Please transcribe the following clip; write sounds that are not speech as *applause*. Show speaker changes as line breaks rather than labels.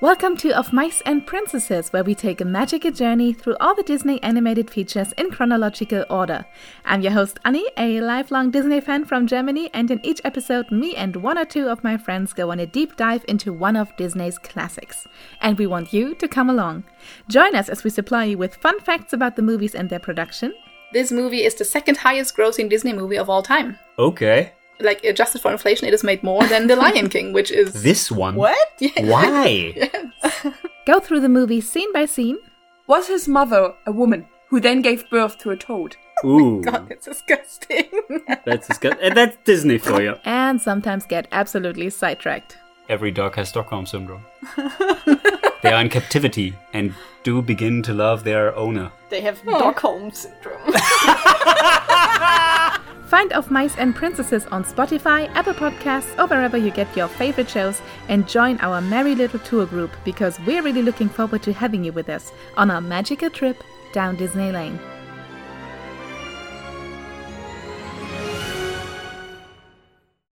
Welcome to Of Mice and Princesses, where we take a magical journey through all the Disney animated features in chronological order. I'm your host, Annie, a lifelong Disney fan from Germany, and in each episode, me and one or two of my friends go on a deep dive into one of Disney's classics. And we want you to come along. Join us as we supply you with fun facts about the movies and their production. This movie is the second highest grossing Disney movie of all time.
Okay.
Like, adjusted for inflation, it has made more than The Lion King, which is.
This one.
What?
Why?
Go through the movie scene by scene.
Was his mother a woman who then gave birth to a toad?
Ooh.
*laughs* God, that's disgusting. *laughs*
That's disgusting. And that's Disney for you.
and sometimes get absolutely sidetracked.
Every dog has Stockholm syndrome. they are in captivity and do begin to love their owner.
They have
Oh.
Stockholm syndrome.
Find Of Mice and Princesses on Spotify, Apple Podcasts, or wherever you get your favorite shows, and join our merry little tour group because we're really looking forward to having you with us on our magical trip down Disney Lane.